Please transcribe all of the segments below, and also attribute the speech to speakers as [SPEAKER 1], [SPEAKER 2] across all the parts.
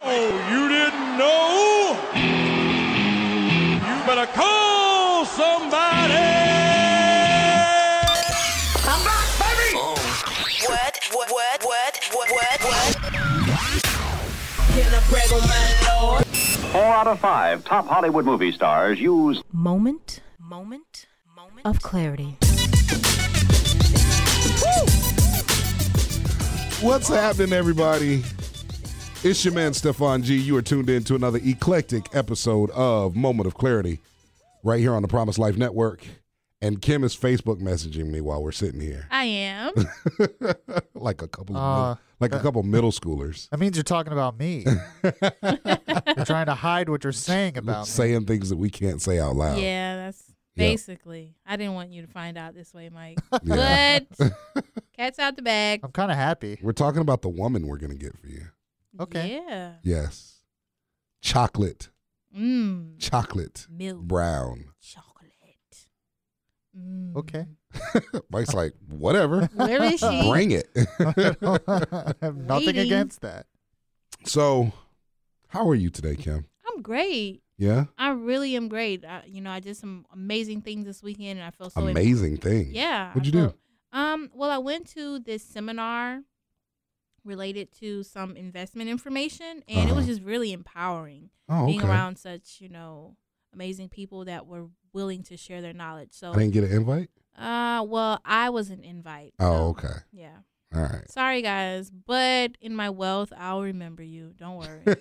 [SPEAKER 1] Oh, you didn't know? You better call somebody!
[SPEAKER 2] I'm back, baby! What, what, what, what, what, what, what? Can I brag on my lord?
[SPEAKER 3] Four out of five top Hollywood movie stars use
[SPEAKER 4] moment moment moment of clarity
[SPEAKER 5] What's happening, everybody? It's your man Stefan G. You are tuned in to another eclectic episode of Moment of Clarity, right here on the Promise Life Network. And Kim is Facebook messaging me while we're sitting here,
[SPEAKER 6] I am.
[SPEAKER 5] like a couple, of,
[SPEAKER 7] Uh,
[SPEAKER 5] like a couple middle schoolers,
[SPEAKER 7] That means you're talking about me. you're trying to hide what you're saying about me.
[SPEAKER 5] saying things that we can't say out loud.
[SPEAKER 6] yeah, that's
[SPEAKER 5] Yeah.
[SPEAKER 6] basically. I didn't want you to find out this way, Mike.
[SPEAKER 5] Yeah. Oh,
[SPEAKER 6] But cat's out the bag.
[SPEAKER 7] I'm kind of happy.
[SPEAKER 5] We're talking about the woman we're gonna get for you.
[SPEAKER 7] Okay.
[SPEAKER 6] Yeah.
[SPEAKER 5] Yes, chocolate,
[SPEAKER 6] Mmm.
[SPEAKER 5] chocolate
[SPEAKER 6] Milk
[SPEAKER 5] brown.
[SPEAKER 6] chocolate. Mm.
[SPEAKER 7] Okay.
[SPEAKER 5] Mike's like, whatever,
[SPEAKER 6] Where is she?
[SPEAKER 5] bring it.
[SPEAKER 7] I have nothing
[SPEAKER 6] Waiting.
[SPEAKER 7] against that.
[SPEAKER 5] so, how are you today, Kim?
[SPEAKER 6] I'm great.
[SPEAKER 5] Yeah.
[SPEAKER 6] I really am great. I, you know, I did some amazing things this weekend, and I feel so em-
[SPEAKER 5] amazing thing.
[SPEAKER 6] Yeah.
[SPEAKER 5] What'd
[SPEAKER 6] I
[SPEAKER 5] you
[SPEAKER 6] felt-
[SPEAKER 5] do?
[SPEAKER 6] Um. Well, I went to this seminar related to some investment information, and it was
[SPEAKER 5] Uh-huh.
[SPEAKER 6] just really empowering.
[SPEAKER 5] Oh,
[SPEAKER 6] being
[SPEAKER 5] okay.
[SPEAKER 6] around such you know amazing people that were willing to share their knowledge so
[SPEAKER 5] I didn't get an invite.
[SPEAKER 6] uh well i was an invite so,
[SPEAKER 5] Oh, okay.
[SPEAKER 6] yeah
[SPEAKER 5] All right.
[SPEAKER 6] sorry guys but in my wealth i'll remember you don't worry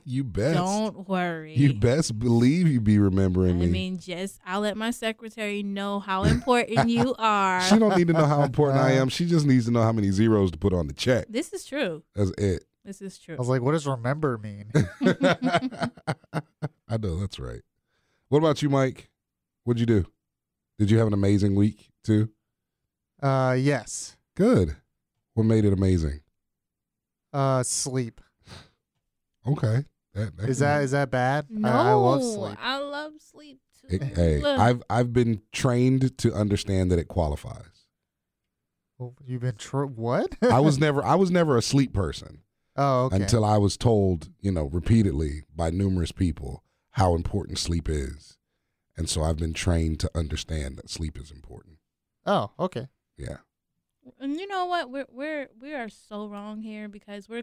[SPEAKER 5] you best.
[SPEAKER 6] don't worry
[SPEAKER 5] You best believe you be
[SPEAKER 6] i
[SPEAKER 5] remembering me.
[SPEAKER 6] mean just i'll let my secretary know how important you are
[SPEAKER 5] she don't need to know how important I am. She just needs to know how many zeros to put on the check.
[SPEAKER 6] this is true
[SPEAKER 5] That's it.
[SPEAKER 6] this is true
[SPEAKER 7] I was like, what does remember mean?
[SPEAKER 5] I know that's right. What about you, Mike? What'd you do? Did you have an amazing week too?
[SPEAKER 7] Uh, yes.
[SPEAKER 5] Good. What made it amazing?
[SPEAKER 7] Uh, sleep.
[SPEAKER 5] Okay. That, that
[SPEAKER 7] Is
[SPEAKER 5] can
[SPEAKER 7] that is that bad?
[SPEAKER 6] no
[SPEAKER 7] I, I love sleep.
[SPEAKER 6] I love sleep
[SPEAKER 5] be-
[SPEAKER 6] too
[SPEAKER 5] Hey, hey,
[SPEAKER 6] Look.
[SPEAKER 5] I've I've been trained to understand that it qualifies.
[SPEAKER 7] Well, Oh, You've been tr- what?
[SPEAKER 5] I was never I was never a sleep person.
[SPEAKER 7] oh, okay.
[SPEAKER 5] until I was told, you know, repeatedly by numerous people how important sleep is. And so I've been trained to understand that sleep is important.
[SPEAKER 7] oh, okay.
[SPEAKER 5] Yeah.
[SPEAKER 6] And you know what? We're we're we are so wrong here because we're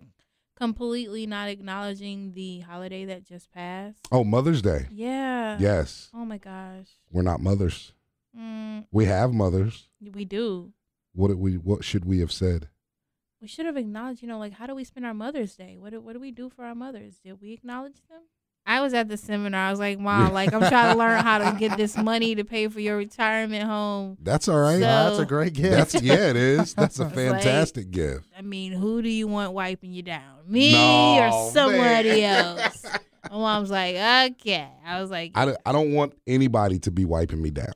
[SPEAKER 6] completely not acknowledging the holiday that just passed.
[SPEAKER 5] Oh, Mother's Day.
[SPEAKER 6] Yeah.
[SPEAKER 5] Yes.
[SPEAKER 6] Oh my gosh.
[SPEAKER 5] We're not mothers.
[SPEAKER 6] Mm,
[SPEAKER 5] We have mothers.
[SPEAKER 6] we do.
[SPEAKER 5] What did we what should we have said?
[SPEAKER 6] We should have acknowledged. You know, like how do we spend our Mother's Day? What do, what do we do for our mothers? Did we acknowledge them? I was at the seminar. I was like, wow, like I'm trying to learn how to get this money to pay for your retirement home.
[SPEAKER 5] That's all right.
[SPEAKER 6] So-
[SPEAKER 7] Ah, that's a great gift.
[SPEAKER 5] That's yeah, it is. That's a
[SPEAKER 6] It's like-
[SPEAKER 5] fantastic gift.
[SPEAKER 6] I mean, who do you want wiping you down? Me
[SPEAKER 5] No,
[SPEAKER 6] or somebody
[SPEAKER 5] man.
[SPEAKER 6] else? My mom's like, okay. I was like,
[SPEAKER 5] I, don't- I don't want anybody to be wiping me down.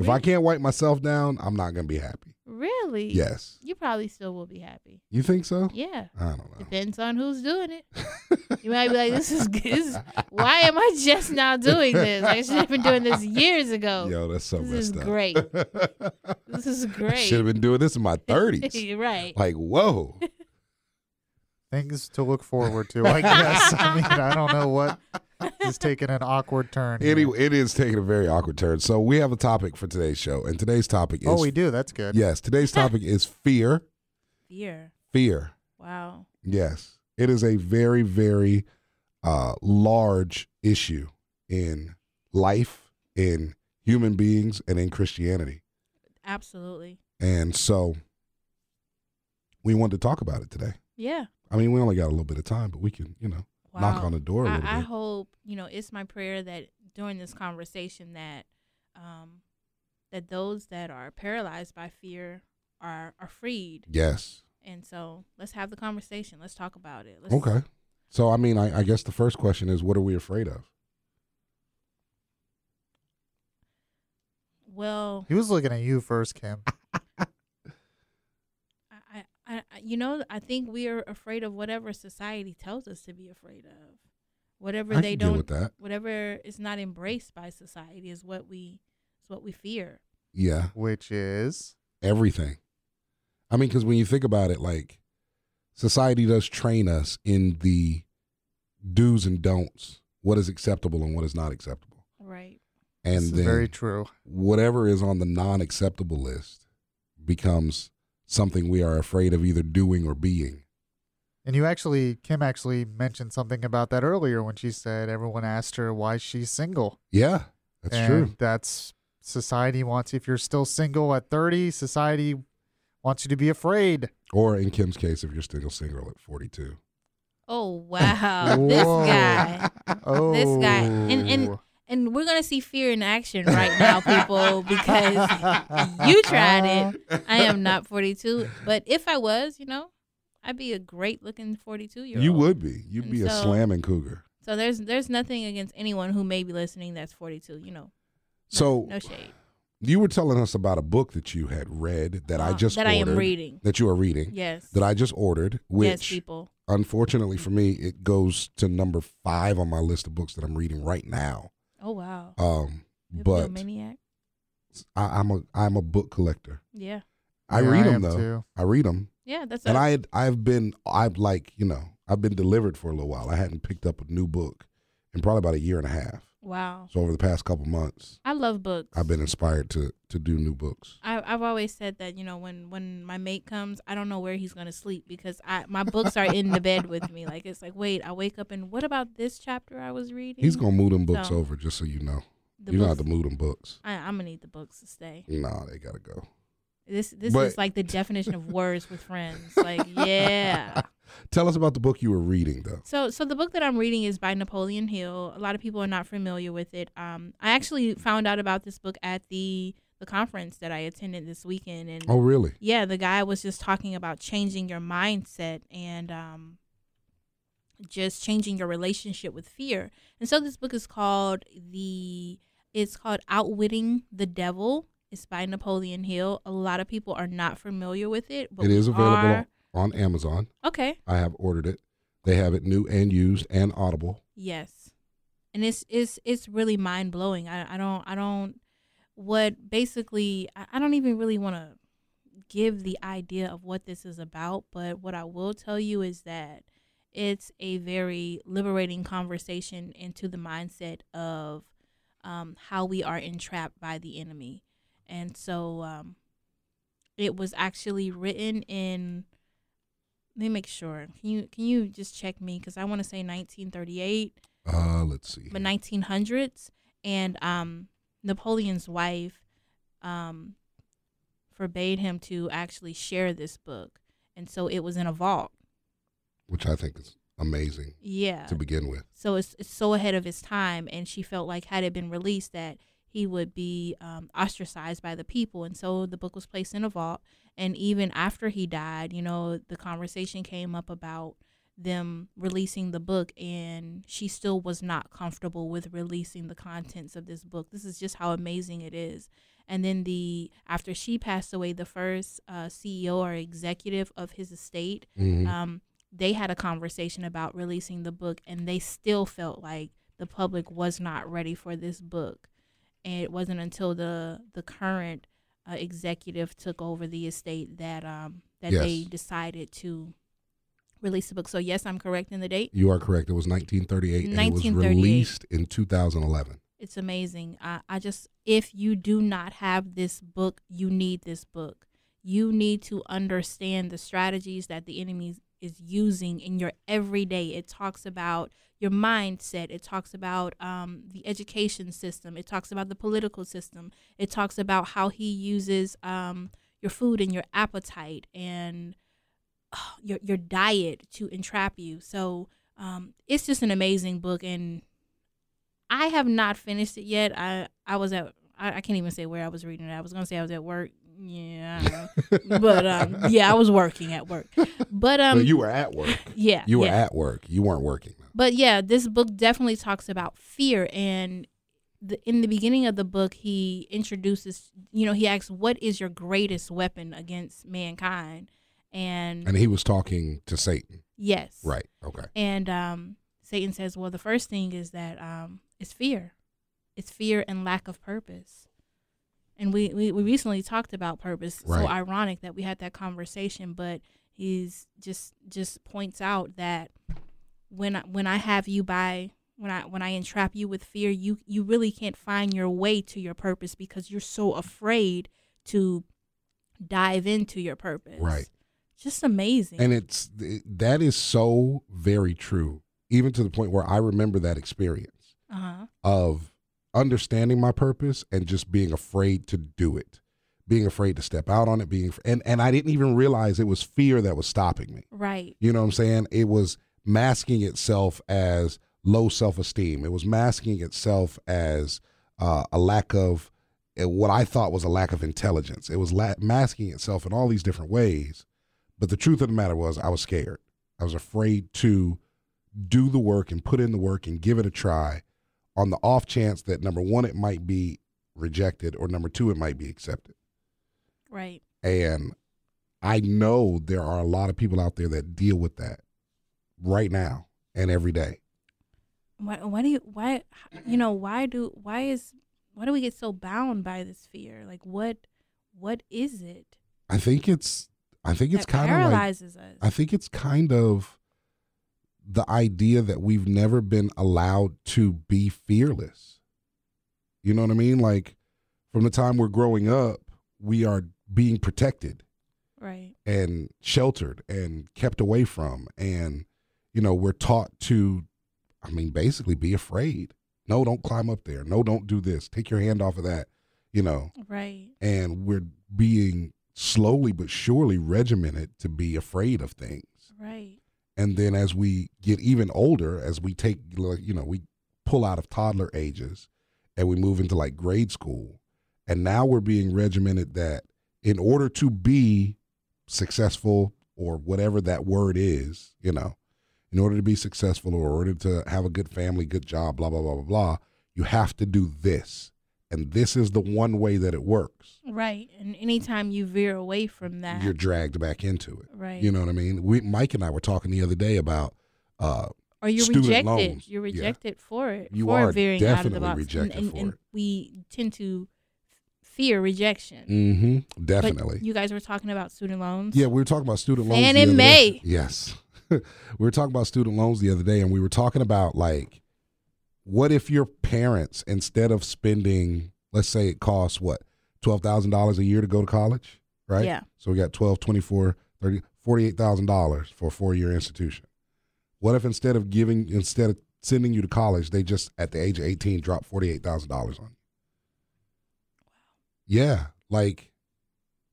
[SPEAKER 5] If I
[SPEAKER 6] Really?
[SPEAKER 5] can't wipe myself down, I'm not going to be happy.
[SPEAKER 6] Really?
[SPEAKER 5] Yes.
[SPEAKER 6] You probably still will be happy.
[SPEAKER 5] You think so?
[SPEAKER 6] Yeah.
[SPEAKER 5] I don't know.
[SPEAKER 6] Depends on who's doing it. You might be like, this is good. This is- Why am I just now doing this? I should have been doing this years ago.
[SPEAKER 5] Yo, that's so
[SPEAKER 6] this is
[SPEAKER 5] messed up.
[SPEAKER 6] great. This is great.
[SPEAKER 5] Should have been doing this in my 30s.
[SPEAKER 6] You're right.
[SPEAKER 5] like, whoa.
[SPEAKER 7] Things to look forward to, I guess. I mean, I don't know what is taking an awkward turn. here.
[SPEAKER 5] Anyway, it is taking a very awkward turn. So, we have a topic for today's show. And today's topic is
[SPEAKER 7] Oh, we do. That's good.
[SPEAKER 5] Yes, today's topic is fear.
[SPEAKER 6] Fear.
[SPEAKER 5] Fear.
[SPEAKER 6] Wow.
[SPEAKER 5] Yes. It is a very, very uh, large issue in life, in human beings, and in Christianity.
[SPEAKER 6] Absolutely.
[SPEAKER 5] And so, we wanted to talk about it today.
[SPEAKER 6] Yeah.
[SPEAKER 5] I mean, we only got a little bit of time, but we can, you know,
[SPEAKER 6] Wow.
[SPEAKER 5] knock on the door a
[SPEAKER 6] I,
[SPEAKER 5] little
[SPEAKER 6] I
[SPEAKER 5] bit.
[SPEAKER 6] hope you know it's my prayer that during this conversation that um that those that are paralyzed by fear are are freed
[SPEAKER 5] yes.
[SPEAKER 6] and so let's have the conversation let's talk about it let's,
[SPEAKER 5] Okay. So I mean, I, I guess the first question is, what are we afraid of?
[SPEAKER 6] well
[SPEAKER 7] He was looking at you first, Kim.
[SPEAKER 6] I, I, I you know i think we are afraid of whatever society tells us to be afraid of whatever
[SPEAKER 5] I
[SPEAKER 6] they
[SPEAKER 5] can deal
[SPEAKER 6] don't
[SPEAKER 5] with that.
[SPEAKER 6] whatever is not embraced by society is what we is what we fear
[SPEAKER 5] Yeah,
[SPEAKER 7] Which is
[SPEAKER 5] everything. I mean, because when you think about it, like society does train us in the do's and don'ts, what is acceptable and what is not acceptable.
[SPEAKER 6] Right.
[SPEAKER 5] And
[SPEAKER 7] This is
[SPEAKER 5] then
[SPEAKER 7] very true.
[SPEAKER 5] whatever is on the non acceptable list becomes something we are afraid of either doing or being.
[SPEAKER 7] And you actually, Kim actually mentioned something about that earlier when she said everyone asked her why she's single.
[SPEAKER 5] Yeah, that's
[SPEAKER 7] and
[SPEAKER 5] true.
[SPEAKER 7] That's society wants. If you're still single at 30, society wants you to be afraid.
[SPEAKER 5] Or in Kim's case, if you're still single at 42.
[SPEAKER 6] Oh wow, this
[SPEAKER 7] Whoa.
[SPEAKER 6] guy,
[SPEAKER 7] Oh,
[SPEAKER 6] this guy, and and and we're gonna see fear in action right now, people, because you tried it. I am not 42, but if I was, you know, I'd be a great looking 42 year old.
[SPEAKER 5] You would be. You'd be a
[SPEAKER 6] So-
[SPEAKER 5] slamming cougar.
[SPEAKER 6] So there's there's nothing against anyone who may be listening that's 42. You know,
[SPEAKER 5] So
[SPEAKER 6] no shade.
[SPEAKER 5] you were telling us about a book that you had read that I
[SPEAKER 6] Uh,
[SPEAKER 5] just
[SPEAKER 6] that I am
[SPEAKER 5] ordered,
[SPEAKER 6] reading.
[SPEAKER 5] that you are reading
[SPEAKER 6] Yes.
[SPEAKER 5] that I just ordered,
[SPEAKER 6] yes,
[SPEAKER 5] which
[SPEAKER 6] people.
[SPEAKER 5] unfortunately for me it goes to number five on my list of books that I'm reading right now.
[SPEAKER 6] Oh wow.
[SPEAKER 5] Um, but
[SPEAKER 6] maniac.
[SPEAKER 5] I, I'm a I'm a book collector.
[SPEAKER 6] Yeah.
[SPEAKER 5] I
[SPEAKER 7] Yeah,
[SPEAKER 5] read
[SPEAKER 7] I
[SPEAKER 5] them
[SPEAKER 7] am
[SPEAKER 5] though.
[SPEAKER 7] too.
[SPEAKER 5] I read them,
[SPEAKER 6] Yeah. That's.
[SPEAKER 5] and
[SPEAKER 6] us.
[SPEAKER 5] I had, I've been I've like you know I've been delivered for a little while. I hadn't picked up a new book in probably about a year and a half.
[SPEAKER 6] wow.
[SPEAKER 5] So over the past couple months,
[SPEAKER 6] I love books.
[SPEAKER 5] I've been inspired to to do new books.
[SPEAKER 6] I, I've always said that you know when when my mate comes, I don't know where he's gonna sleep because I my books are in the bed with me. Like it's like wait, I wake up and what about this chapter I was reading?
[SPEAKER 5] He's gonna move them books
[SPEAKER 6] So-
[SPEAKER 5] over just so you know.
[SPEAKER 6] The
[SPEAKER 5] you know how
[SPEAKER 6] books,
[SPEAKER 5] to move them books.
[SPEAKER 6] I, I'm gonna need the books to stay.
[SPEAKER 5] Nah, they gotta go.
[SPEAKER 6] This this
[SPEAKER 5] But-
[SPEAKER 6] is like the definition of words with friends. Like yeah.
[SPEAKER 5] Tell us about the book you were reading though.
[SPEAKER 6] So, so the book that I'm reading is by Napoleon Hill. A lot of people are not familiar with it. Um, I actually found out about this book at the the conference that I attended this weekend, and
[SPEAKER 5] Oh really?
[SPEAKER 6] yeah, the guy was just talking about changing your mindset and um, just changing your relationship with fear. And so this book is called the it's called Outwitting the Devil. It's by Napoleon Hill. A lot of people are not familiar with it, but
[SPEAKER 5] it
[SPEAKER 6] we
[SPEAKER 5] is available
[SPEAKER 6] are-
[SPEAKER 5] on Amazon.
[SPEAKER 6] Okay.
[SPEAKER 5] I have ordered it. They have it new and used and audible.
[SPEAKER 6] Yes. And it's it's it's really mind blowing. I, I don't I don't what basically I, I don't even really wanna give the idea of what this is about, but what I will tell you is that it's a very liberating conversation into the mindset of um, how we are entrapped by the enemy. And so um, it was actually written in let me make sure. Can you can you just check me cuz I want to say 1938
[SPEAKER 5] Uh, let's see.
[SPEAKER 6] but 1900s and um napoleon's wife um forbade him to actually share this book and so it was in a vault
[SPEAKER 5] Which I think is amazing
[SPEAKER 6] yeah
[SPEAKER 5] to begin with.
[SPEAKER 6] so it's, it's so ahead of its time and she felt like had it been released that he would be um, ostracized by the people and so the book was placed in a vault and even after he died you know the conversation came up about them releasing the book and she still was not comfortable with releasing the contents of this book this is just how amazing it is and then the after she passed away the first uh, ceo or executive of his estate
[SPEAKER 5] Mhm.
[SPEAKER 6] um, they had a conversation about releasing the book and they still felt like the public was not ready for this book and it wasn't until the the current uh, executive took over the estate that um that they
[SPEAKER 5] Yes.
[SPEAKER 6] decided to release the book so yes i'm correct in the date
[SPEAKER 5] You are correct. It was 1938 and it was
[SPEAKER 6] 1938.
[SPEAKER 5] released in 2011.
[SPEAKER 6] it's amazing. I, I just, if you do not have this book, you need this book. You need to understand the strategies that the enemy is using in your everyday. It talks about your mindset, it talks about um, the education system, it talks about the political system, it talks about how he uses um, your food and your appetite and ah, your, your diet to entrap you. So, um, it's just an amazing book and I have not finished it yet. I I was at I, I can't even say where I was reading it. I was gonna say I was at work. Yeah, I don't know. but um, yeah, I was working at work. But um,
[SPEAKER 5] but you were at work.
[SPEAKER 6] yeah,
[SPEAKER 5] You were
[SPEAKER 6] yeah.
[SPEAKER 5] at work. You weren't working.
[SPEAKER 6] But yeah, this book definitely talks about fear and the, in the beginning of the book he introduces, you know, he asks what is your greatest weapon against mankind? And,
[SPEAKER 5] And he was talking to Satan.
[SPEAKER 6] Mm-hmm. yes.
[SPEAKER 5] Right. Okay.
[SPEAKER 6] And um, Satan says, well, the first thing is that um, it's fear. It's fear and lack of purpose. And we, we, we recently talked about purpose.
[SPEAKER 5] Right.
[SPEAKER 6] So ironic that we had that conversation, but he's just just points out that when I, when I have you by when I when I entrap you with fear, you you really can't find your way to your purpose because you're so afraid to dive into your purpose.
[SPEAKER 5] Right.
[SPEAKER 6] Just amazing.
[SPEAKER 5] And it's that is so very true, even to the point where I remember that experience
[SPEAKER 6] uh-huh.
[SPEAKER 5] of understanding my purpose and just being afraid to do it, being afraid to step out on it, being and and I didn't even realize it was fear that was stopping me.
[SPEAKER 6] Right.
[SPEAKER 5] You know what I'm saying? It was masking itself as low self-esteem. It was masking itself as uh, a lack of it, what I thought was a lack of intelligence. It was la- masking itself in all these different ways. But the truth of the matter was, I was scared. I was afraid to do the work and put in the work and give it a try on the off chance that number one, it might be rejected, or number two, it might be accepted.
[SPEAKER 6] Right.
[SPEAKER 5] And I know there are a lot of people out there that deal with that right now and every day.
[SPEAKER 6] Why, why do you, why, you know, why do, why is why do we get so bound by this fear? Like what what is it?
[SPEAKER 5] I think it's I think it's kind of
[SPEAKER 6] paralyzes like, us.
[SPEAKER 5] I think it's kind of the idea that we've never been allowed to be fearless. You know what I mean? Like from the time we're growing up, we are being protected.
[SPEAKER 6] Right.
[SPEAKER 5] And sheltered and kept away from and you know, we're taught to I mean basically be afraid no don't climb up there no don't do this take your hand off of that you know
[SPEAKER 6] right
[SPEAKER 5] and we're being slowly but surely regimented to be afraid of things
[SPEAKER 6] right
[SPEAKER 5] and then as we get even older as we take you know we pull out of toddler ages and we move into like grade school and now we're being regimented that in order to be successful or whatever that word is you know in order to be successful or in order to have a good family, good job, blah, blah, blah, blah, blah, you have to do this. And this is the one way that it works.
[SPEAKER 6] Right. And anytime you veer away from that,
[SPEAKER 5] you're dragged back into it.
[SPEAKER 6] Right.
[SPEAKER 5] You know what I mean? We, Mike and I were talking the other day about. Uh,
[SPEAKER 6] or you're
[SPEAKER 5] student
[SPEAKER 6] rejected.
[SPEAKER 5] Loans.
[SPEAKER 6] You're rejected yeah. for it.
[SPEAKER 5] You
[SPEAKER 6] for
[SPEAKER 5] are
[SPEAKER 6] veering out of the
[SPEAKER 5] definitely
[SPEAKER 6] box.
[SPEAKER 5] rejected
[SPEAKER 6] and, and,
[SPEAKER 5] for
[SPEAKER 6] and
[SPEAKER 5] it.
[SPEAKER 6] we tend to fear rejection.
[SPEAKER 5] Mm-hmm.
[SPEAKER 6] But
[SPEAKER 5] Definitely.
[SPEAKER 6] you guys were talking about student loans.
[SPEAKER 5] yeah, we were talking about student loans.
[SPEAKER 6] Fannie
[SPEAKER 5] the other day.
[SPEAKER 6] Mae.
[SPEAKER 5] Yes. we were talking about student loans the other day, and we were talking about like, what if your parents, instead of spending, let's say it costs what, $12,000 a year to go to college, right?
[SPEAKER 6] Yeah.
[SPEAKER 5] So we got 12, 24, 30, $48,000 for a four year institution. What if instead of giving, instead of sending you to college, they just at the age of 18 drop $48,000 on you? Wow. Yeah. Like,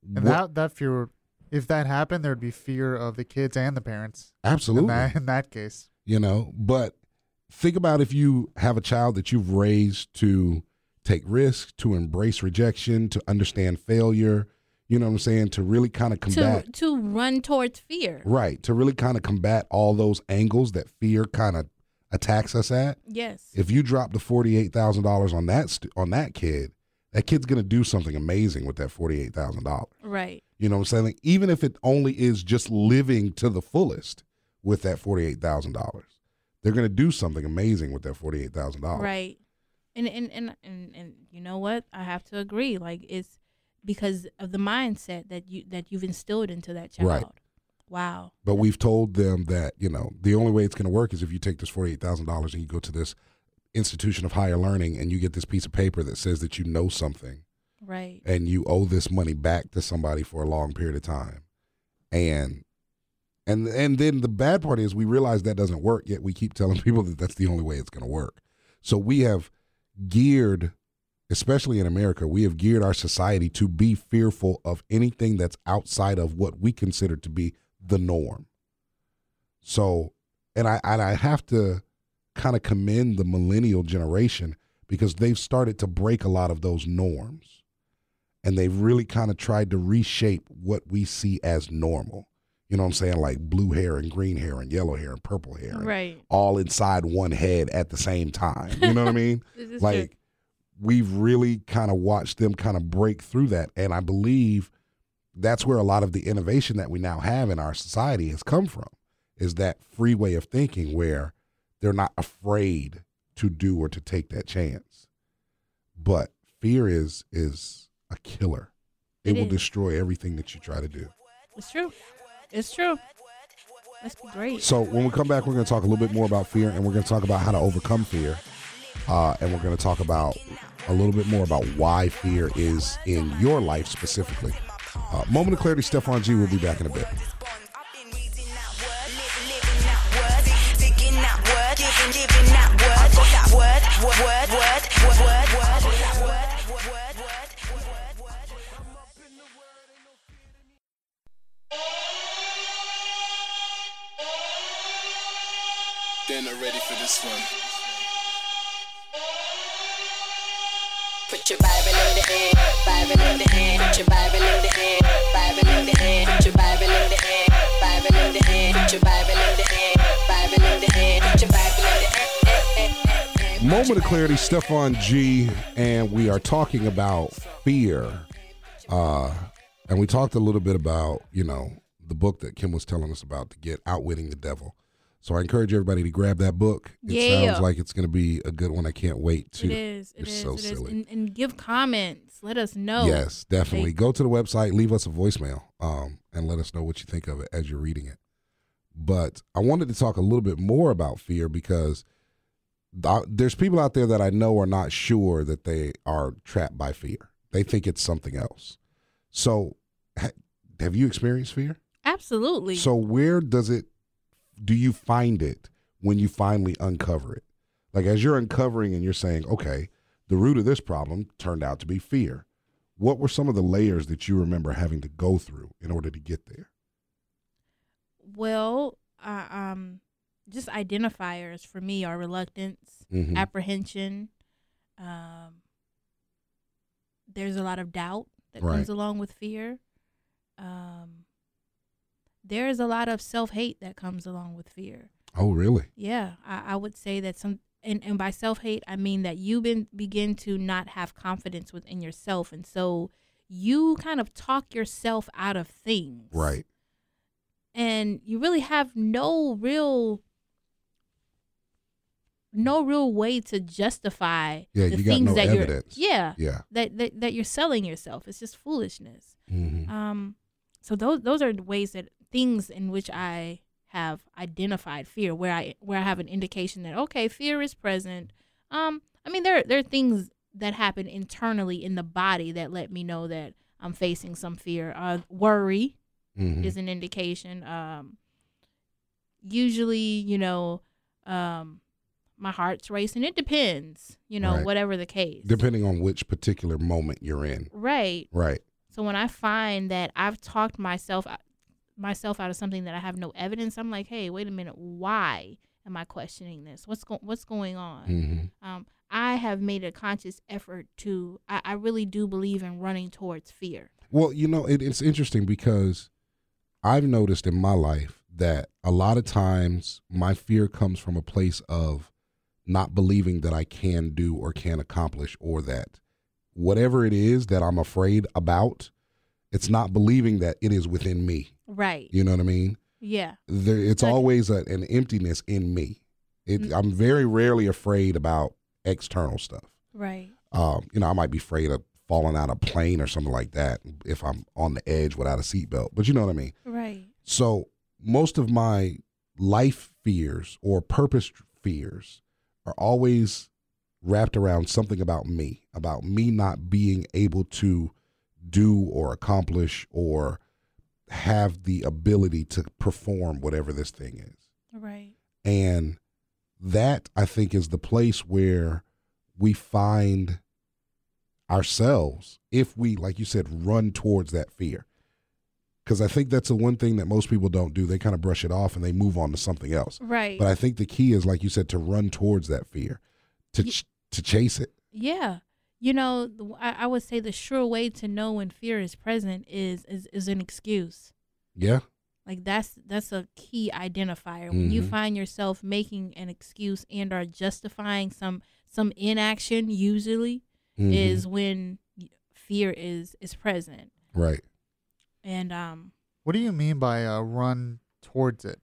[SPEAKER 7] And
[SPEAKER 5] what-
[SPEAKER 7] that that fear, if that happened, there'd be fear of the kids and the parents.
[SPEAKER 5] absolutely.
[SPEAKER 7] In that, in that case,
[SPEAKER 5] you know but think about if you have a child that you've raised to take risks to embrace rejection to understand failure you know what i'm saying to really kind of
[SPEAKER 6] To
[SPEAKER 5] combat
[SPEAKER 6] to run towards fear.
[SPEAKER 5] right to really kind of combat all those angles that fear kind of attacks us at
[SPEAKER 6] Yes.
[SPEAKER 5] if you drop the $48000 on that st- on that kid that kid's going to do something amazing with that $48000
[SPEAKER 6] Right.
[SPEAKER 5] you know what i'm saying Like, even if it only is just living to the fullest with that $48000 they're going to do something amazing with that $48000
[SPEAKER 6] Right. And and, and and and you know what? I have to agree. Like it's because of the mindset that you that you've instilled into that child.
[SPEAKER 5] Right.
[SPEAKER 6] Wow.
[SPEAKER 5] But we've told them that, you know, the only way it's going to work is if you take this $48,000 and you go to this institution of higher learning and you get this piece of paper that says that you know something
[SPEAKER 6] Right.
[SPEAKER 5] and you owe this money back to somebody for a long period of time. And and and then the bad part is we realize that doesn't work yet we keep telling people that that's the only way it's going to work. So we have geared especially in America, we have geared our society to be fearful of anything that's outside of what we consider to be the norm. So, and I and I have to kind of commend the millennial generation because they've started to break a lot of those norms. And they've really kind of tried to reshape what we see as normal. You know what I'm saying? Like blue hair and green hair and yellow hair and purple hair. and
[SPEAKER 6] Right.
[SPEAKER 5] All inside one head at the same time. You know what I mean?
[SPEAKER 6] This is
[SPEAKER 5] like
[SPEAKER 6] true.
[SPEAKER 5] we've really kind of watched them kind of break through that and i believe that's where a lot of the innovation that we now have in our society has come from is that free way of thinking where they're not afraid to do or to take that chance but fear is is a killer it,
[SPEAKER 6] It
[SPEAKER 5] will
[SPEAKER 6] is.
[SPEAKER 5] destroy everything that you try to do
[SPEAKER 6] It's true. It's true. Must be great.
[SPEAKER 5] So when we come back, we're going to talk a little bit more about fear, and we're going to talk about how to overcome fear, uh, and we're going to talk about a little bit more about why fear is in your life specifically. Uh, Moment of clarity. Stefan G. will be back in a bit.
[SPEAKER 8] Then are ready for this one.
[SPEAKER 2] Put your Bible in the hand, Bible in the hand, put your Bible in the hand, Bible in the hand, put your Bible in the hand, Bible in the hand, put your Bible in the hand, Bible in the hand, put your Bible in the eh, hand.
[SPEAKER 5] Moment of clarity. Stefan G. And we are talking about fear. Uh, and we talked a little bit about you know the book that Kim was telling us about to get outwitting the devil. So I encourage everybody to grab that book. It
[SPEAKER 6] Yeah.
[SPEAKER 5] sounds like it's going to be a good one. I can't wait to.
[SPEAKER 6] It is. It
[SPEAKER 5] You're
[SPEAKER 6] is.
[SPEAKER 5] so
[SPEAKER 6] it is.
[SPEAKER 5] silly.
[SPEAKER 6] And, and give comments. Let us know.
[SPEAKER 5] Yes, definitely.
[SPEAKER 6] Like,
[SPEAKER 5] Go to the website, leave us a voicemail, um, and let us know what you think of it as you're reading it. But I wanted to talk a little bit more about fear because th- there's people out there that I know are not sure that they are trapped by fear. They think it's something else. So, ha- have you experienced fear?
[SPEAKER 6] absolutely.
[SPEAKER 5] So, where does it? Do you find it when you finally uncover it? Like as you're uncovering and you're saying, okay, the root of this problem turned out to be fear. What were some of the layers that you remember having to go through in order to get there?
[SPEAKER 6] well, uh, um, just identifiers for me are reluctance,
[SPEAKER 5] Mhm.
[SPEAKER 6] apprehension. Um, there's a lot of doubt that
[SPEAKER 5] Right.
[SPEAKER 6] comes along with fear. Um, there is a lot of self hate that comes along with fear.
[SPEAKER 5] Oh, really?
[SPEAKER 6] Yeah, I, I would say that some, and, and by self hate, I mean that you been, begin to not have confidence within yourself. And so you kind of talk yourself out of things.
[SPEAKER 5] Right.
[SPEAKER 6] And you really have no real. No real way to justify
[SPEAKER 5] Yeah,
[SPEAKER 6] the
[SPEAKER 5] you got
[SPEAKER 6] things
[SPEAKER 5] no
[SPEAKER 6] that
[SPEAKER 5] evidence.
[SPEAKER 6] you're yeah
[SPEAKER 5] Yeah.
[SPEAKER 6] that, that that you're selling yourself. It's just foolishness.
[SPEAKER 5] Mhm.
[SPEAKER 6] Um, so those those are the ways that things in which I have identified fear, where I where I have an indication that okay, fear is present. Um, I mean there there are things that happen internally in the body that let me know that I'm facing some fear. Uh, worry
[SPEAKER 5] Mhm.
[SPEAKER 6] is an indication. Um, usually, you know, um, my heart's racing. It depends, you know,
[SPEAKER 5] Right.
[SPEAKER 6] whatever the case.
[SPEAKER 5] Depending on which particular moment you're in.
[SPEAKER 6] right.
[SPEAKER 5] Right.
[SPEAKER 6] So when I find that I've talked myself myself out of something that I have no evidence, I'm like, hey, wait a minute, why am I questioning this? What's going What's going on?
[SPEAKER 5] Mhm.
[SPEAKER 6] Um, I have made a conscious effort to. I, I really do believe in running towards fear.
[SPEAKER 5] Well, you know, it, it's interesting because I've noticed in my life that a lot of times my fear comes from a place of not believing that I can do or can accomplish or that whatever it is that I'm afraid about, it's not believing that it is within me.
[SPEAKER 6] Right.
[SPEAKER 5] You know what I mean?
[SPEAKER 6] Yeah.
[SPEAKER 5] There, it's
[SPEAKER 6] Like-
[SPEAKER 5] always a, an emptiness in me. It, I'm very rarely afraid about external stuff
[SPEAKER 6] Right.
[SPEAKER 5] um, you know, I might be afraid of falling out of a plane or something like that if I'm on the edge without a seatbelt. But you know what I mean?
[SPEAKER 6] Right.
[SPEAKER 5] So most of my life fears or purpose fears are always wrapped around something about me, about me not being able to do or accomplish or have the ability to perform whatever this thing is.
[SPEAKER 6] Right.
[SPEAKER 5] And that I think is the place where we find ourselves if we, like you said, run towards that fear. Because I think that's the one thing that most people don't do. They kind of brush it off and they move on to something else.
[SPEAKER 6] Right.
[SPEAKER 5] But I think the key is, like you said, to run towards that fear, to ch- to chase it.
[SPEAKER 6] Yeah. You know, the- I, I would say the sure way to know when fear is present is is, is an excuse.
[SPEAKER 5] Yeah,
[SPEAKER 6] like that's that's a key identifier when you
[SPEAKER 5] Mhm.
[SPEAKER 6] find yourself making an excuse and are justifying some some inaction usually
[SPEAKER 5] Mhm.
[SPEAKER 6] is when y- fear is is present
[SPEAKER 5] right.
[SPEAKER 6] and um
[SPEAKER 7] What do you mean by uh, run towards it?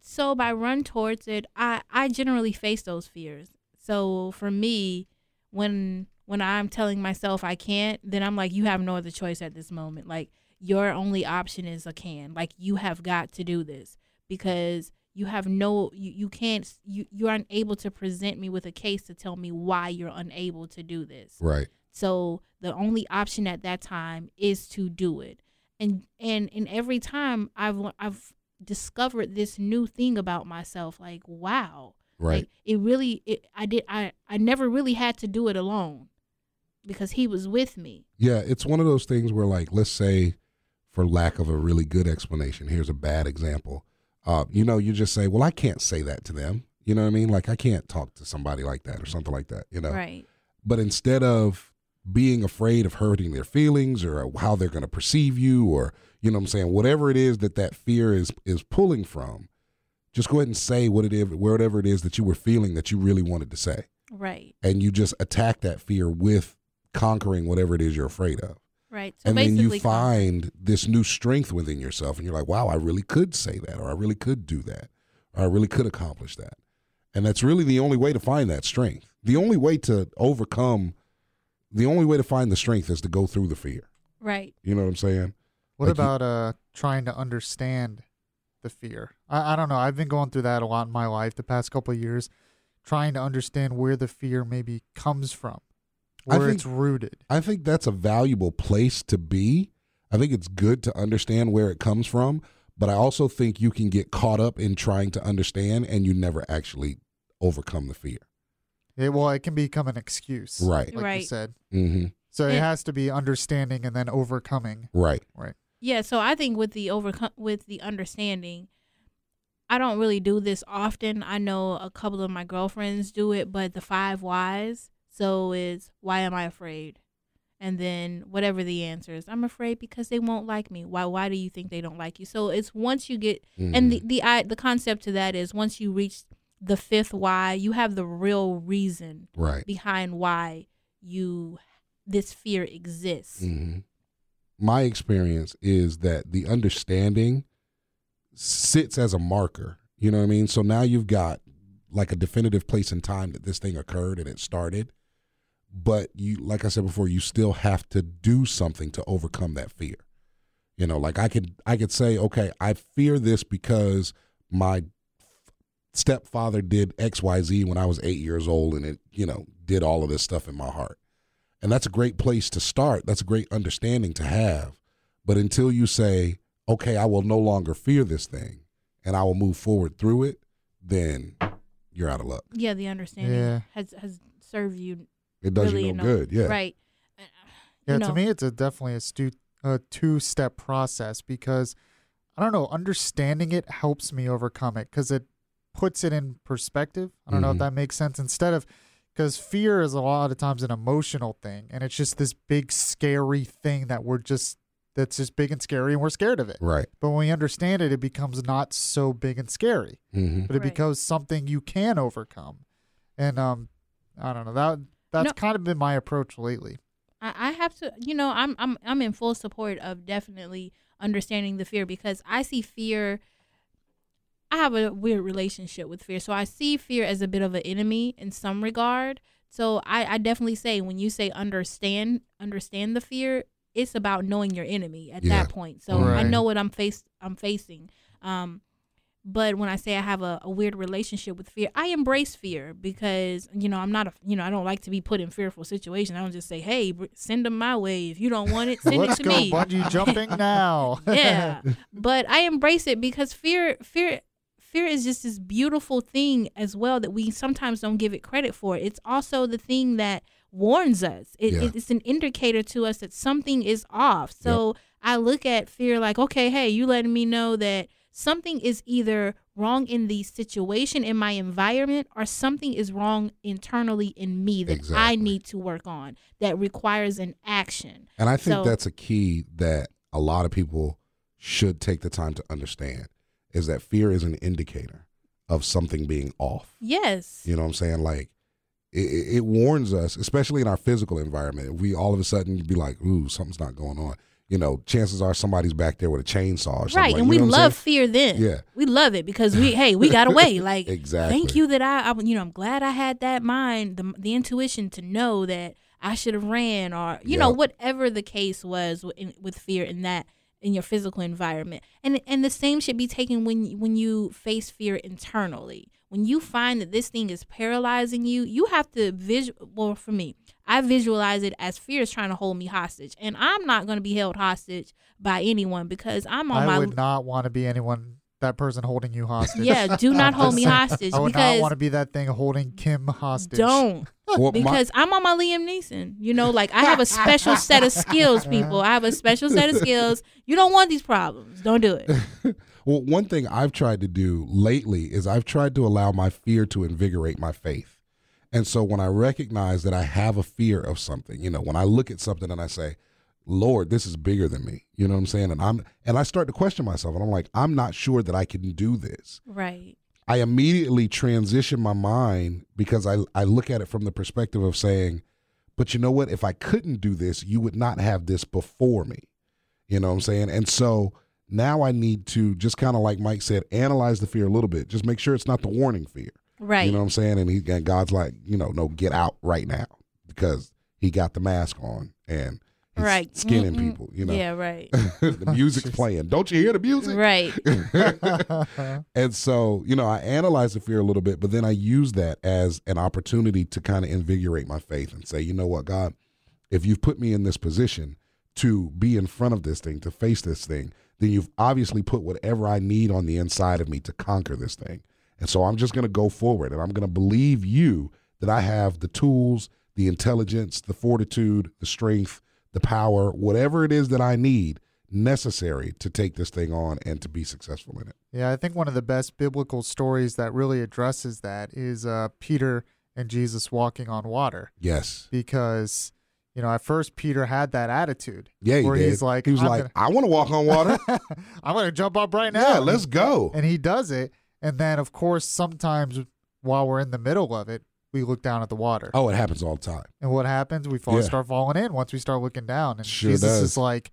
[SPEAKER 6] so by run towards it i i generally face those fears so for me when when i'm telling myself i can't then i'm like you have no other choice at this moment like your only option is a can. Like you have got to do this because you have no you, you can't you, you aren't able to present me with a case to tell me why you're unable to do this.
[SPEAKER 5] Right.
[SPEAKER 6] So the only option at that time is to do it. And and and every time I've le- I've discovered this new thing about myself like wow.
[SPEAKER 5] Right.
[SPEAKER 6] Like it really it, I did I I never really had to do it alone because he was with me.
[SPEAKER 5] Yeah, it's one of those things where, like, let's say, for lack of a really good explanation, here's a bad example. Uh, you know, you just say, "Well, I can't say that to them." You know what I mean? Like, I can't talk to somebody like that or something like that. You know?
[SPEAKER 6] Right.
[SPEAKER 5] But instead of being afraid of hurting their feelings or how they're going to perceive you, or you know, what I'm saying whatever it is that that fear is is pulling from, just go ahead and say what it is, whatever it is that you were feeling that you really wanted to say,
[SPEAKER 6] Right.
[SPEAKER 5] and you just attack that fear with conquering whatever it is you're afraid of
[SPEAKER 6] Right.
[SPEAKER 5] and then you
[SPEAKER 6] basically con-
[SPEAKER 5] find this new strength within yourself and you're like wow i really could say that or i really could do that or i really could accomplish that and that's really the only way to find that strength the only way to overcome the only way to find the strength is to go through the fear
[SPEAKER 6] Right.
[SPEAKER 5] you know what i'm saying
[SPEAKER 7] What
[SPEAKER 5] Like you-
[SPEAKER 7] about uh trying to understand the fear? I, I don't know. I've been going through that a lot in my life the past couple of years, trying to understand where the fear maybe comes from,
[SPEAKER 5] I
[SPEAKER 7] where it's
[SPEAKER 5] think-
[SPEAKER 7] rooted.
[SPEAKER 5] i think that's a valuable place to be i think it's good to understand where it comes from but i also think you can get caught up in trying to understand and you never actually overcome the fear
[SPEAKER 7] It, well, it can become an excuse,
[SPEAKER 5] Right.
[SPEAKER 7] Like you
[SPEAKER 6] Right.
[SPEAKER 7] said,
[SPEAKER 5] hmm
[SPEAKER 7] so it
[SPEAKER 6] Yeah.
[SPEAKER 7] has to be understanding and then overcoming,
[SPEAKER 5] right
[SPEAKER 7] right?
[SPEAKER 6] Yeah, so I think with the overcome with the understanding, I don't really do this often. I know a couple of my girlfriends do it, but the five whys. So is why am I afraid? And then whatever the answer is, I'm afraid because they won't like me. Why? Why do you think they don't like you? So it's once you get and the the I, the concept to that is once you reach the fifth why, you have the real reason
[SPEAKER 5] right
[SPEAKER 6] behind why you this fear exists.
[SPEAKER 5] hmm My experience is that the understanding sits as a marker. You know what I mean? So now you've got like a definitive place in time that this thing occurred and it started. But you, like I said before, you still have to do something to overcome that fear. You know, like I could, I could say, okay, I fear this because my stepfather did X, Y, Z when I was eight years old, and it, you know, did all of this stuff in my heart. And that's a great place to start. That's a great understanding to have. But until you say, okay, I will no longer fear this thing and I will move forward through it, then you're out of luck.
[SPEAKER 6] Yeah, the understanding
[SPEAKER 7] Yeah.
[SPEAKER 6] has has served you
[SPEAKER 5] It does
[SPEAKER 6] really
[SPEAKER 5] you
[SPEAKER 6] in
[SPEAKER 5] no
[SPEAKER 6] a-
[SPEAKER 5] good. Yeah.
[SPEAKER 6] right. And, uh,
[SPEAKER 7] Yeah,
[SPEAKER 6] you
[SPEAKER 7] to
[SPEAKER 6] know,
[SPEAKER 7] me, it's a definitely a, stu- a two step process because I don't know, understanding it helps me overcome it because it puts it in perspective. I don't know if
[SPEAKER 5] Mhm.
[SPEAKER 7] that makes sense. Instead of because fear is a lot of times an emotional thing and it's just this big scary thing that we're just that's just big and scary and we're scared of it.
[SPEAKER 5] Right.
[SPEAKER 7] But when we understand it, it becomes not so big and scary,
[SPEAKER 5] Mm-hmm.
[SPEAKER 7] but it
[SPEAKER 6] Right.
[SPEAKER 7] becomes something you can overcome. And um, I don't know that that's
[SPEAKER 6] No.
[SPEAKER 7] kind of been my approach lately.
[SPEAKER 6] I, I have to. You know, I'm I'm I'm in full support of definitely understanding the fear because I see fear. I have a weird relationship with fear, so I see fear as a bit of an enemy in some regard. So I, I definitely say when you say understand understand the fear, it's about knowing your enemy at
[SPEAKER 5] Yeah.
[SPEAKER 6] that point. So I
[SPEAKER 7] Right.
[SPEAKER 6] know what I'm face I'm facing. Um, but when I say I have a, a weird relationship with fear, I embrace fear because you know I'm not a you know I don't like to be put in fearful situations. I don't just say, "Hey, br- send them my way. If you don't want it, send
[SPEAKER 7] Let's
[SPEAKER 6] it to
[SPEAKER 7] go
[SPEAKER 6] me."
[SPEAKER 7] bungee jumping now.
[SPEAKER 6] yeah, but I embrace it because fear, fear, fear is just this beautiful thing as well that we sometimes don't give it credit for. It's also the thing that warns us. It,
[SPEAKER 5] Yeah.
[SPEAKER 6] it- it's an indicator to us that something is off. So I look at fear like, okay, hey, you letting me know that something is either wrong in the situation in my environment or something is wrong internally in me that I
[SPEAKER 5] Exactly.
[SPEAKER 6] need to work on that requires an action.
[SPEAKER 5] And I think
[SPEAKER 6] So-
[SPEAKER 5] that's a key that a lot of people should take the time to understand is that fear is an indicator of something being off.
[SPEAKER 6] Yes.
[SPEAKER 5] You know what I'm saying? Like it, it it warns us, especially in our physical environment. We all of a sudden be like, "Ooh, something's not going on." You know, chances are somebody's back there with a chainsaw or something.
[SPEAKER 6] right
[SPEAKER 5] like-
[SPEAKER 6] and
[SPEAKER 5] you
[SPEAKER 6] we
[SPEAKER 5] know what I'm
[SPEAKER 6] love
[SPEAKER 5] saying?
[SPEAKER 6] fear then
[SPEAKER 5] Yeah.
[SPEAKER 6] we love it because we hey we got away like
[SPEAKER 5] Exactly.
[SPEAKER 6] thank you that I, I you know i'm glad i had that mind the, the intuition to know that i should have ran or you know
[SPEAKER 5] Yep.
[SPEAKER 6] whatever the case was w- in, with fear in that in your physical environment. And and the same should be taken when when you face fear internally. When you find that this thing is paralyzing you, you have to visual. Well, for me, I visualize it as fear is trying to hold me hostage, and I'm not going to be held hostage by anyone because I'm on
[SPEAKER 7] I
[SPEAKER 6] my
[SPEAKER 7] would not want to be anyone that person holding you hostage.
[SPEAKER 6] yeah. Do not
[SPEAKER 7] I'm
[SPEAKER 6] hold
[SPEAKER 7] just
[SPEAKER 6] me
[SPEAKER 7] saying,
[SPEAKER 6] hostage
[SPEAKER 7] I would not want
[SPEAKER 6] because
[SPEAKER 7] to be that thing holding Kim hostage.
[SPEAKER 6] don't
[SPEAKER 5] Well, Oh, my-
[SPEAKER 6] because I'm on my Liam Neeson. You know, like I have a special set of skills, people. I have a special set of skills. You don't want these problems. Don't do it.
[SPEAKER 5] Well, one thing I've tried to do lately is I've tried to allow my fear to invigorate my faith. And so when I recognize that I have a fear of something, you know, when I look at something and I say, Lord, this is bigger than me. You know what I'm saying? And I'm and I start to question myself and I'm like, I'm not sure that I can do this.
[SPEAKER 6] Right.
[SPEAKER 5] I immediately transition my mind because I, I look at it from the perspective of saying, but you know what? If I couldn't do this, you would not have this before me. You know what I'm saying? And so now I need to just kind of like Mike said, analyze the fear a little bit. Just make sure it's not the warning fear.
[SPEAKER 6] Right.
[SPEAKER 5] You know what I'm saying? And he and God's like, you know, no, get out right now because he got the mask on and he's
[SPEAKER 6] right.
[SPEAKER 5] skinning
[SPEAKER 6] Mm-mm.
[SPEAKER 5] people. You know,
[SPEAKER 6] Yeah. Right.
[SPEAKER 5] the music's playing. Don't you hear the music?
[SPEAKER 6] right.
[SPEAKER 5] And so, you know, I analyze the fear a little bit, but then I use that as an opportunity to kind of invigorate my faith and say, you know what, God, if you've put me in this position to be in front of this thing, to face this thing, then you've obviously put whatever I need on the inside of me to conquer this thing. And so I'm just going to go forward and I'm going to believe you that I have the tools, the intelligence, the fortitude, the strength, the power, whatever it is that I need necessary to take this thing on and to be successful in it.
[SPEAKER 7] Yeah, I think one of the best biblical stories that really addresses that is uh, Peter and Jesus walking on water.
[SPEAKER 5] Yes.
[SPEAKER 7] because you know at first Peter had that attitude.
[SPEAKER 5] Yeah, he
[SPEAKER 7] where
[SPEAKER 5] did.
[SPEAKER 7] he's like,
[SPEAKER 5] he was
[SPEAKER 7] I'm
[SPEAKER 5] like, I want to walk on water.
[SPEAKER 7] gonna, I'm gonna jump up right now.
[SPEAKER 5] yeah, let's go.
[SPEAKER 7] And he does it, and then of course sometimes while we're in the middle of it, we look down at the water,
[SPEAKER 5] Oh, it happens all the time.
[SPEAKER 7] and what happens? We fall,
[SPEAKER 5] Yeah.
[SPEAKER 7] start falling in once we start looking down, and
[SPEAKER 5] Sure
[SPEAKER 7] Jesus
[SPEAKER 5] does.
[SPEAKER 7] is like,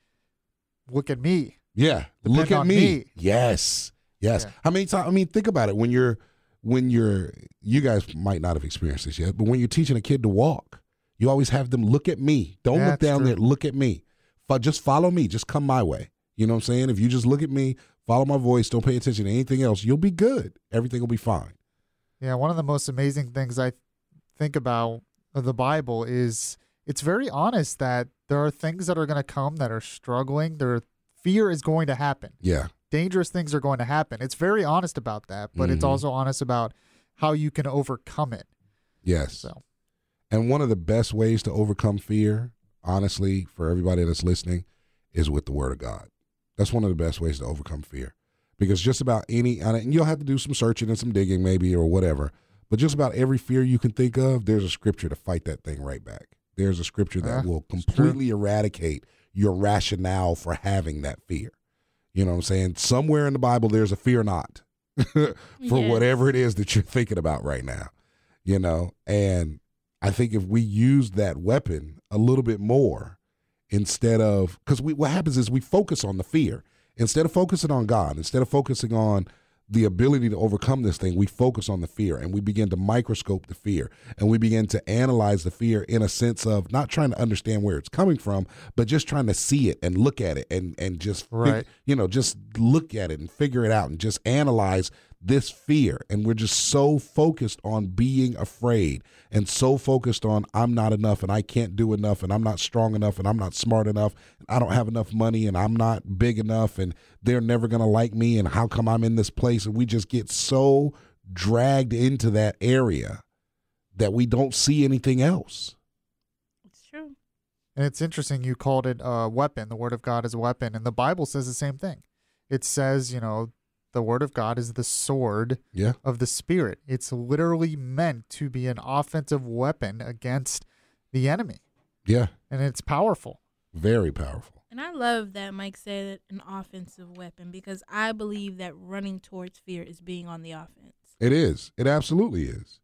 [SPEAKER 7] "Look at me."
[SPEAKER 5] Yeah,
[SPEAKER 7] Depend
[SPEAKER 5] look at
[SPEAKER 7] on
[SPEAKER 5] me.
[SPEAKER 7] me.
[SPEAKER 5] Yes, yes.
[SPEAKER 7] Yeah.
[SPEAKER 5] How many times? I mean, think about it. When you're, when you're, you guys might not have experienced this yet, but when you're teaching a kid to walk, you always have them look at me. Don't look
[SPEAKER 7] That's
[SPEAKER 5] down
[SPEAKER 7] true.
[SPEAKER 5] there. Look at me. Fo- just follow me. Just come my way. You know what I'm saying? If you just look at me, follow my voice, don't pay attention to anything else, you'll be good. Everything will be fine.
[SPEAKER 7] Yeah, one of the most amazing things I think about of the Bible is it's very honest that there are things that are going to come that are struggling. There, are- fear is going to happen.
[SPEAKER 5] Yeah,
[SPEAKER 7] dangerous things are going to happen. It's very honest about that, but it's
[SPEAKER 5] Mhm.
[SPEAKER 7] also honest about how you can overcome it.
[SPEAKER 5] yes.
[SPEAKER 7] So,
[SPEAKER 5] And one of the best ways to overcome fear, honestly, for everybody that's listening, is with the Word of God. That's one of the best ways to overcome fear. Because just about any, and you'll have to do some searching and some digging, maybe, or whatever, but just about every fear you can think of, there's a scripture to fight that thing right back. There's a scripture that
[SPEAKER 7] Yeah,
[SPEAKER 5] will
[SPEAKER 7] it's
[SPEAKER 5] completely eradicate your rationale for having that fear. You know what I'm saying? Somewhere in the Bible, there's a fear not for
[SPEAKER 6] Yes.
[SPEAKER 5] whatever it is that you're thinking about right now, you know? And I think if we use that weapon a little bit more instead of, because we, what happens is we focus on the fear. Instead of focusing on God, instead of focusing on the ability to overcome this thing, we focus on the fear and we begin to microscope the fear and we begin to analyze the fear in a sense of not trying to understand where it's coming from, but just trying to see it and look at it and and just fig-
[SPEAKER 7] Right.
[SPEAKER 5] you know just look at it and figure it out and just analyze this fear and we're just so focused on being afraid and so focused on I'm not enough and I can't do enough and I'm not strong enough and I'm not smart enough and I don't have enough money and I'm not big enough and they're never going to like me and how come I'm in this place and we just get so dragged into that area that we don't see anything else.
[SPEAKER 6] It's true.
[SPEAKER 7] and it's interesting you called it a weapon. The word of God is a weapon, and the Bible says the same thing. It says, you know, the word of God is the sword
[SPEAKER 5] Yeah.
[SPEAKER 7] of the spirit. It's literally meant to be an offensive weapon against the enemy,
[SPEAKER 5] Yeah.
[SPEAKER 7] and it's powerful.
[SPEAKER 5] Very powerful.
[SPEAKER 6] And I love that Mike said an offensive weapon because I believe that running towards fear is being on the offense.
[SPEAKER 5] It is. It absolutely is.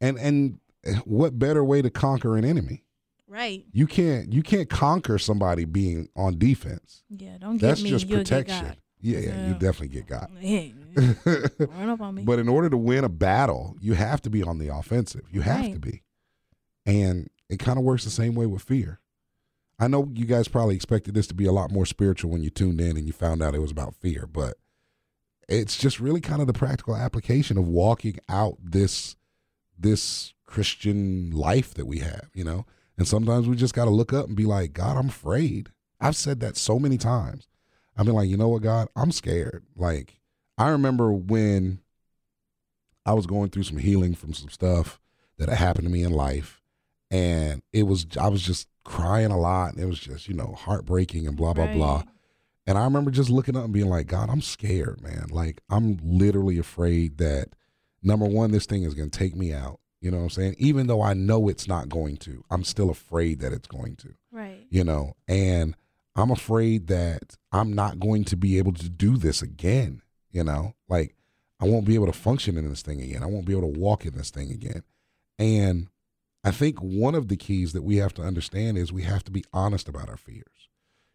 [SPEAKER 5] And and eh, what better way to conquer an enemy?
[SPEAKER 6] Right.
[SPEAKER 5] You can't you can't conquer somebody being on defense.
[SPEAKER 6] Yeah. Don't get
[SPEAKER 5] That's
[SPEAKER 6] me.
[SPEAKER 5] just
[SPEAKER 6] You'll
[SPEAKER 5] protection. Yeah, yeah, you
[SPEAKER 6] Yeah.
[SPEAKER 5] definitely get got.
[SPEAKER 6] Get got. Yeah. Run up on me.
[SPEAKER 5] but in order to win a battle, you have to be on the offensive. You have
[SPEAKER 6] Right.
[SPEAKER 5] to be. And it kind of works the same way with fear. I know you guys probably expected this to be a lot more spiritual when you tuned in and you found out it was about fear, but it's just really kind of the practical application of walking out this this Christian life that we have, you know? And sometimes we just got to look up and be like, God, I'm afraid. I've said that so many times. I've been like, you know what, God, I'm scared. Like, I remember when I was going through some healing from some stuff that had happened to me in life. And it was, I was just crying a lot. And it was just, you know, heartbreaking and blah, blah, blah.
[SPEAKER 6] Right.
[SPEAKER 5] And I remember just looking up and being like, God, I'm scared, man. Like, I'm literally afraid that number one, this thing is going to take me out. You know what I'm saying? Even though I know it's not going to, I'm still afraid that it's going to,
[SPEAKER 6] Right.
[SPEAKER 5] you know, and I'm afraid that I'm not going to be able to do this again, you know, like I won't be able to function in this thing again. I won't be able to walk in this thing again. And I think one of the keys that we have to understand is we have to be honest about our fears.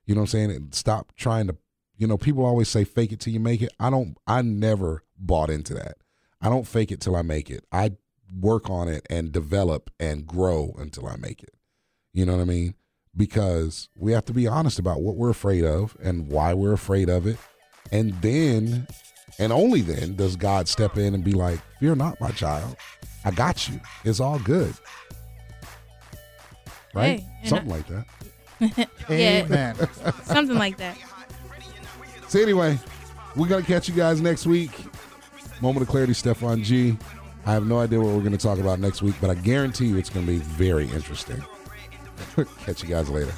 [SPEAKER 5] You know what I'm saying? And stop trying to, you know, people always say fake it till you make it. I don't, I never bought into that. I don't fake it till I make it. I work on it and develop and grow until I make it. You know what I mean? Because we have to be honest about what we're afraid of and why we're afraid of it. And then, and only then, does God step in and be like, Fear not, my child. I got you. It's all good. Right?
[SPEAKER 6] Hey, and
[SPEAKER 5] Something like that.
[SPEAKER 6] Yeah.
[SPEAKER 7] Amen.
[SPEAKER 6] Something like that.
[SPEAKER 5] So anyway, we're gonna catch you guys next week. Moment of clarity, Stefan G. I have no idea what we're gonna talk about next week, but I guarantee you it's gonna be very interesting. catch you guys later.